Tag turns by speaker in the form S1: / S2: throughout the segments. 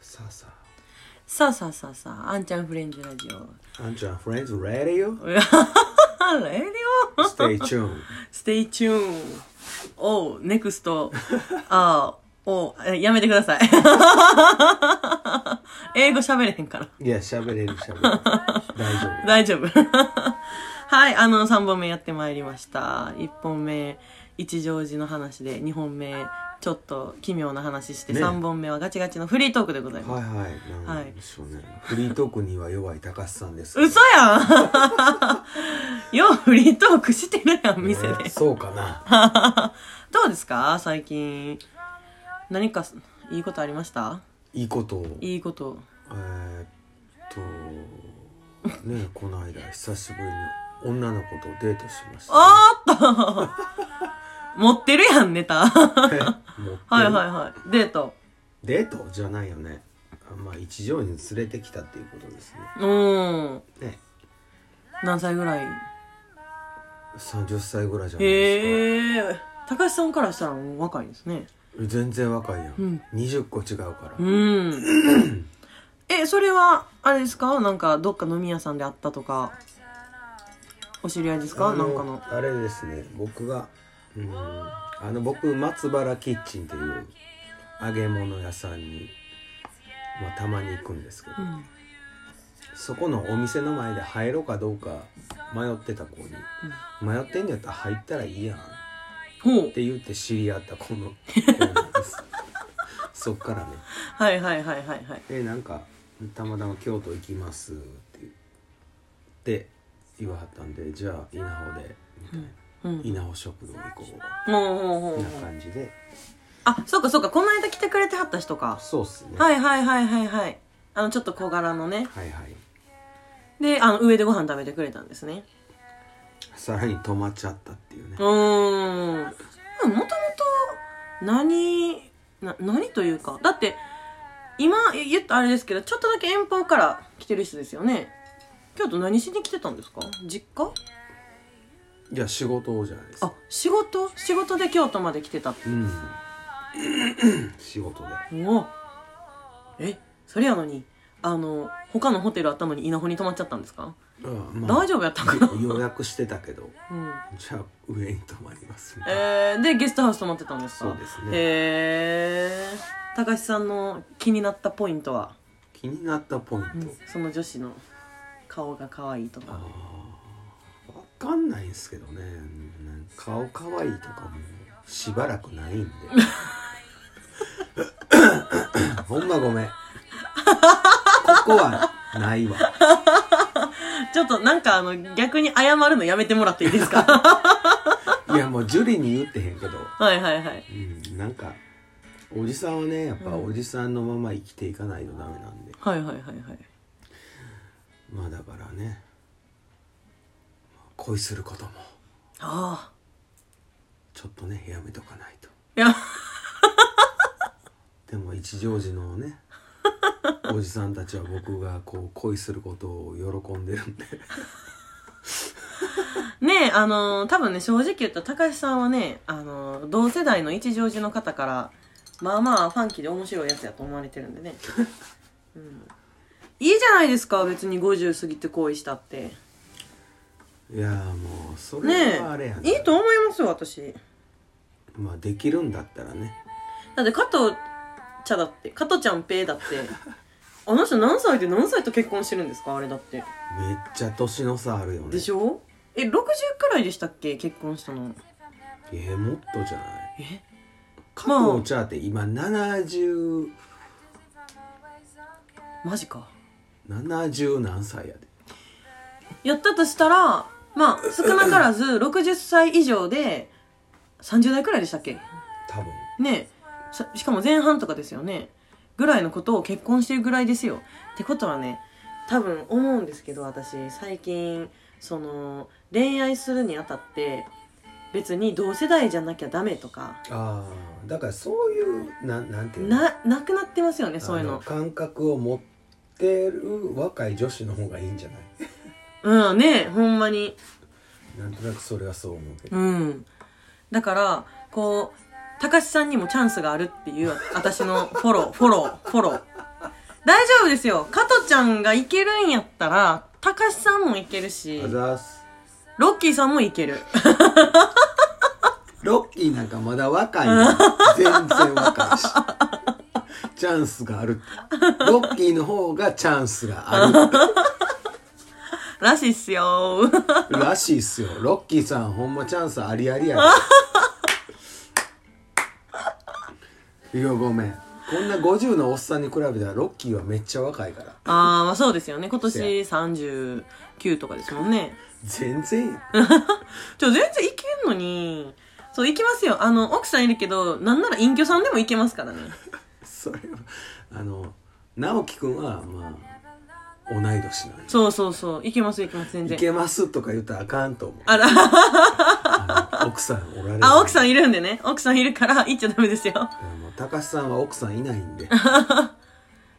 S1: さあさ
S2: さあさあさあさあ、あんちゃんフレンズラジオ。
S1: あ。あんちゃん、フレンズ、レディ
S2: あれよ
S1: オ ?Stay tuned.
S2: Stay tuned. Oh, next. あー、おやめてください。 英語喋れへんから。
S1: いや、喋れる、喋れる。大丈夫。
S2: 大丈夫。 はい、あの、3本目やってまいりました。1本目、一乗寺の話で、2本目、ちょっと奇妙な話して、
S1: ね
S2: 3本目はガチガチのフリートークでございます。
S1: はいはい。なん
S2: はい
S1: でしょうね。フリートークには弱い高須さんです。
S2: 嘘やん ようフリートークしてるやん、店で。
S1: ねそうかな。
S2: どうですか最近。何かす、いいことありました
S1: いいことを。え
S2: いいこと。
S1: ーっと、ね、この間、久しぶりに女の子とデートしました。
S2: おーっと持ってるやん、ネタ。 は
S1: え持ってる
S2: いはいはい。デート。
S1: デートじゃないよね。あまあ、一条に連れてきたっていうことです
S2: うーん。
S1: ね。ね。
S2: 何歳ぐらい
S1: 30歳ぐらいじゃないですか。
S2: へえ。高橋さんからしたらもう若いですね。
S1: 全然若いやん。
S2: ん
S1: 20個違うから。
S2: うん。 え、それは、あれですかなんか、どっか飲み屋さんで会ったとか、お知り合いですか
S1: あ
S2: なんかの。
S1: あれですね僕がうんあの僕松原キッチンっていう揚げ物屋さんに、まあ、たまに行くんですけど、
S2: うん。
S1: そこのお店の前で入ろうかどうか迷ってた子に「迷ってんのやったら入ったらいいやん」っ
S2: ほう。
S1: て言って知り合った子の子なん ですそっからね
S2: はいはいはいはいはい。
S1: でなんか「たまたま京都行きます」って言って言わはったんで「じゃあ稲穂で」みたいな。
S2: うん。
S1: 稲穂食堂行こう
S2: もうほうほうほ
S1: み
S2: う
S1: たいな感じで
S2: あ、そうかそうか、この間来てくれてはった人か。
S1: そうっすね
S2: はいはいはいはいはい。あの、ちょっと小柄のね。
S1: はいはい
S2: で、あの、上でご飯食べてくれたんですね。
S1: さらに止まっちゃったっていうね
S2: うーん。もともと、何、な、何というか。だって、今、い言ったあれですけど、ちょっとだけ遠方から来てる人ですよね。京都何しに来てたんですか実家
S1: いや仕事じゃないです
S2: あ
S1: か、
S2: 仕事仕事で京都まで来てた。
S1: うん 仕事で
S2: おえ、それやのに、あの、他のホテルあったのに稲穂に泊まっちゃったんですか
S1: うんまあ
S2: 大丈夫やったかな、
S1: 予約してたけど
S2: うん、
S1: じゃあ上に泊まりますみたいな
S2: えー、でゲストハウス泊まってたんですか
S1: そうですね
S2: へえー、高橋さんの気になったポイントは、
S1: 気になったポイント、
S2: その女子の顔が可愛いとか
S1: あーわかんないんすけどねなんか顔可愛いとかもしばらくないんでほんまごめんここはないわ
S2: ちょっとなんかあの逆に謝るのやめてもらっていいで すか
S1: いやもうジュリに言ってへんけど、
S2: はいはいはい
S1: うん、なんかおじさんはねやっぱおじさんのまま生きていかないとダメなんで、
S2: はいはいはいはい
S1: まあだからね恋することも
S2: ああ
S1: ちょっとねやめとかないと
S2: いや
S1: でも一乗寺の ねおじさんたちは僕がこう恋することを喜んでるんで
S2: ねえあのー多分ね正直言ったら高橋さんはね、あのー同世代の一乗寺の方からまあまあファンキーで面白いやつやと思われてる んでね、うん、いいじゃないですか別に50過ぎて恋したって
S1: いやーもうそ
S2: ね
S1: れはあれやな、
S2: えいいと思いますよ私
S1: まあできるんだったらね
S2: だって加藤茶だって加藤ちゃんペーだって あの人何歳で何歳と結婚してるんですかあれだって
S1: めっちゃ年の差あるよね
S2: でしょえ60くらいでしたっけ結婚したの
S1: えーもっとじゃない
S2: え
S1: 加藤茶って今7070
S2: マジか
S1: 何歳やで
S2: やったとしたらまあ少なからず60歳以上で30代くらいでしたっけ
S1: 多分
S2: ねえさしかも前半とかですよねぐらいのことを結婚してるぐらいですよってことはね多分思うんですけど私最近その恋愛するにあたって別に同世代じゃなきゃダメとか
S1: ああだからそういうなんなんていうの
S2: ななくなってますよねそういう
S1: あ
S2: の
S1: 感覚を持ってる若い女子の方がいいんじゃない
S2: うんねえほんまに
S1: なんとなくそれはそう思うけど
S2: うん。だから、 こう、たかしさんにもチャンスがあるっていう、私のフォロー、フォロー、フォロー。ですよ加トちゃんがいけるんやったらたかしさんもいけるし
S1: あざーす
S2: ロッキーさんもいける
S1: ロッキーなんかまだ若いの全然若いしチャンスがあるロッキーの方がチャンスがあ
S2: らしいっすよ
S1: るらしいっすよロッキーさんほんまチャンスありありやでいやごめんこんな50のおっさんに比べたらロッキーはめっちゃ若いから
S2: あーまあそうですよね今年39とかですもんね
S1: 全然や
S2: ちょ全然いけんのにそういきますよあの奥さんいるけどなんなら隠居さんでもいけますからね
S1: それはあの直樹くんはまあ同い年なんで
S2: そうそうそういけますいけます全
S1: い
S2: 然
S1: けますとか言ったらあかんと思う
S2: あら
S1: あの奥さんおられる
S2: あ奥さん
S1: い
S2: いるんでね奥さんいるから行っちゃダメですよ
S1: やもう高橋さんは奥さんいないんで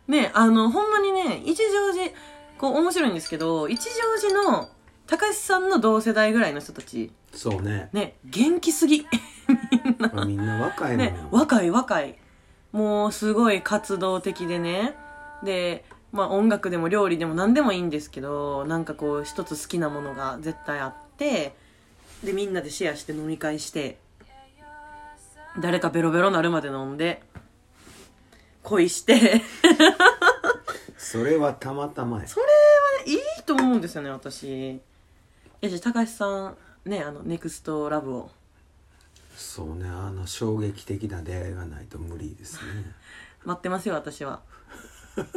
S2: ねあのほんまにね一乗寺こう面白いんですけど一乗寺の高橋さんの同世代ぐらいの人たち
S1: そうね、
S2: ね元気すぎ
S1: まあ、みんな若いのよ、
S2: ね若い若いもうすごい活動的でねでまあ音楽でも料理でも何でもいいんですけどなんかこう一つ好きなものが絶対あってでみんなでシェアして飲み会して誰かベロベロなるまで飲んで恋して
S1: それはたまたまや
S2: それはねいいと思うんですよね私いやじゃあ高橋さんねあのネクストラブを
S1: そうねあの衝撃的な出会いがないと無理ですね
S2: 待ってますよ私は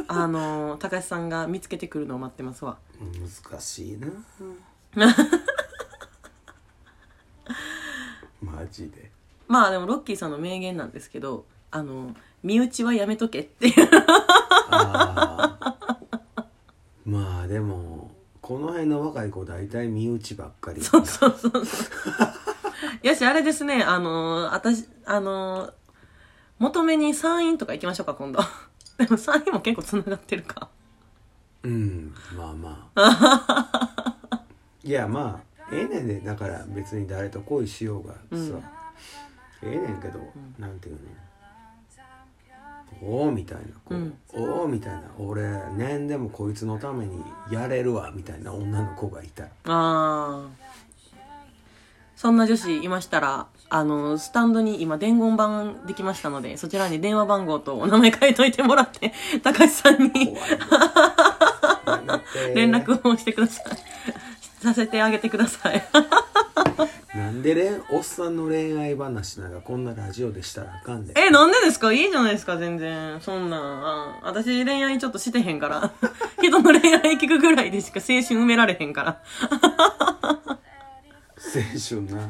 S2: あの高橋さんが見つけてくるのを待ってますわ
S1: 難しいな マジで
S2: まあでもロッキーさんの名言なんですけどあの身内はやめとけっていう
S1: あーまあでもこの辺の若い子大体身内ばっかり
S2: そうそうそうそうよしあれですねあの私あの求めに参院とか行きましょうか今度 でも参院も結構つながってるか
S1: うんまあまあ いやまあええねんでだから別に誰と恋しようがさ、
S2: うん
S1: ええねんけど、なんていうのおおみたいな子、
S2: うん
S1: おおみたいな俺何でもこいつのためにやれるわみたいな女の子がいたら
S2: ああそんな女子いましたらあのスタンドに今伝言板できましたのでそちらに電話番号とお名前書いといてもらって 高橋さんに
S1: 怖いな
S2: 連絡をしてくださいさせてあげてください
S1: なんでれんおっさんの恋愛話なんかこんなラジオでしたらあかんで
S2: えなんでですかいいじゃないですか全然そんなんあ私恋愛ちょっとしてへんから 人の恋愛聞くぐらいでしか青春埋められへんから
S1: 青春な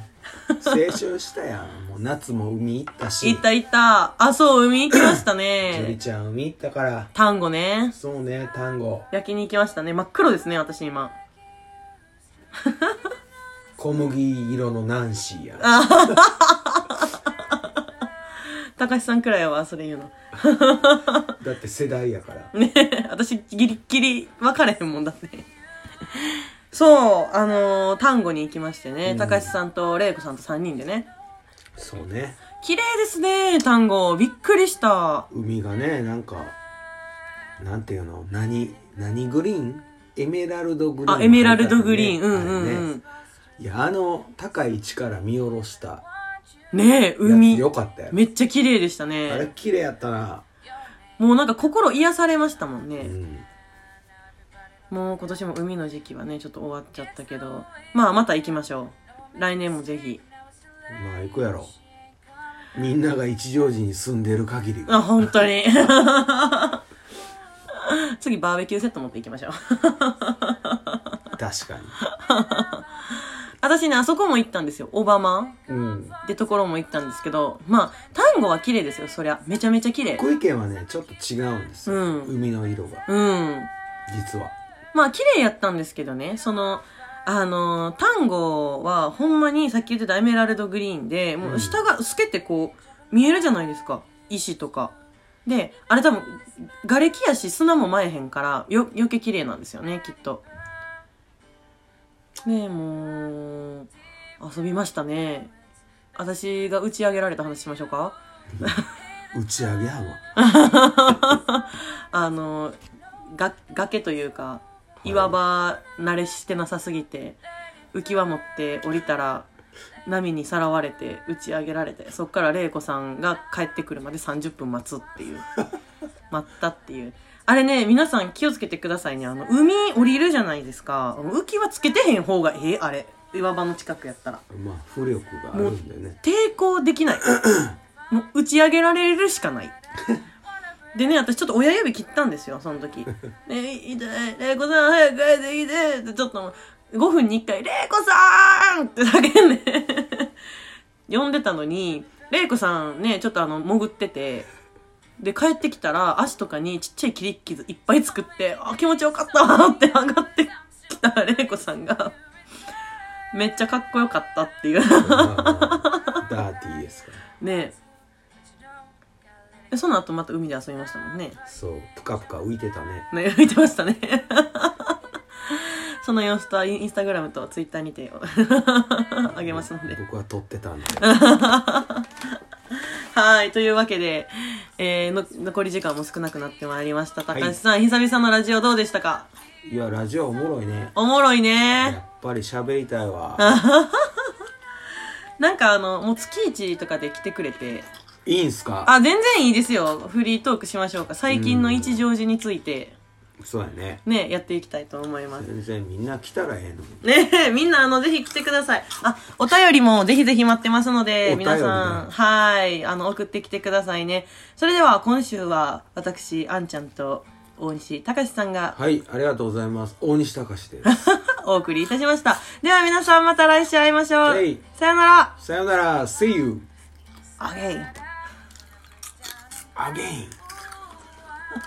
S1: 青春したやんもう夏も海行ったし
S2: 行った行ったあそう海行きました
S1: ジュリ
S2: ね
S1: ちゃん海行ったから
S2: 単語ね
S1: そうね単語
S2: 焼きに行きましたね真っ黒ですね私今
S1: 小麦色のナンシーや
S2: たかしさんくらいはそれ言うの。
S1: だって世代やから
S2: ね 私ギリギリ分かれへんもんだって。そう、あのー、丹後に行きましてね、たかしさんと玲子さんと3人でね。
S1: そうね
S2: 綺麗ですね、丹後。びっくりした。
S1: 海がねなんかなんていうの何何グリーンエメラルドグリーン
S2: あ、エメラルドグリーン。うんう
S1: あれね
S2: ん
S1: いやあの高い位置から見下ろした
S2: うん。ねえ、
S1: やつ
S2: 海。
S1: よかったよ
S2: めっちゃ綺麗でした
S1: あれ
S2: ね。
S1: 綺麗やったな
S2: もうなんか心癒されましたもん
S1: う
S2: ね。
S1: ん
S2: もう今年も海の時期はね、ちょっと終わっちゃったけど。まあまた行きましょう。来年もぜひ。
S1: まあ行くやろみんなが一乗寺に住んでる限りは
S2: あ、本当に。 次、バーベキューセット持っていきましょう。
S1: 確か
S2: 私ね、あそこも行ったんですよ。オバマ
S1: にうん
S2: ってところも行ったんですけど、まあ、単語は綺麗ですよ、そりゃ。めちゃめちゃ綺麗。
S1: 福井県はねちょっと違うんですよ、
S2: うん
S1: 海の色が
S2: うん。
S1: 実は
S2: まあ、綺麗やったんですけどね、その、あのー、単語は、ほんまにさっき言ってたエメラルドグリーンで、も
S1: うん
S2: う下が透けてこう、見えるじゃないですか。石とか。で、あれ多分、瓦礫やし砂も舞えへんから、よ、余計綺麗なんですよね、きっと。ねえ、もう、遊びましたね。私が打ち上げられた話しましょうか
S1: 打ち上げやわ
S2: あのー、が崖というか
S1: い
S2: 岩場慣れしてなさすぎて浮き輪持って降りたら波にさらわれて打ち上げられてそっから玲子さんが帰ってくるまで30分待つっていう待ったっていうあれね皆さん気をつけてくださいねあの海降りるじゃないですか浮き輪つけてへん方がええあれ岩場の近くやったら
S1: まあ浮力があるんでね
S2: 抵抗できないもう打ち上げられるしかないでね私ちょっと親指切ったんですよその時「ねえ痛い玲子さん早く帰ってきて」ってちょっと5分に1回「玲子さん!」って叫んで 呼んでたのに玲子さんねちょっとあの潜っててで帰ってきたら足とかにちっちゃい切り傷いっぱい作って「あ気持ちよかったわ」って上がってきた玲子さんがめっちゃかっこよかったっていう
S1: まあまあダーティーですか
S2: ねえでその後また海で遊びましたもんね
S1: らそうぷかぷか浮いてたね
S2: ね浮いてましたねその様子とインインスタグラムとツイッターにて あげますので
S1: 僕は撮ってたんで
S2: はいというわけで、えーの残り時間も少なくなってまいりました
S1: は
S2: 高
S1: い
S2: 橋さん、久々のラジオどうでしたか
S1: いやラジオおもろいね
S2: おもろい
S1: や
S2: ね
S1: っぱり喋りたいわ
S2: なんかあのもう月1とかで来てくれて
S1: いいんすか
S2: あ全然いいですよフリートークしましょうか最近の一乗寺について
S1: そうやね
S2: ねやっていきたいと思います
S1: 全然みんな来たらええのに
S2: ねえ、みんなあの、ぜひ来てください。あ、お便りもぜひぜひ待ってますの
S1: お
S2: で、
S1: 便りね
S2: 皆さん、はい、あの、送ってきてくださいね。それでは、今週は、私、あんちゃんと、大西隆さんが
S1: はいありがとうございます大西隆史です
S2: お送りいたしました。では皆さん、また来週会いましょう
S1: えい。
S2: さよなら。
S1: さよなら See you
S2: o k
S1: again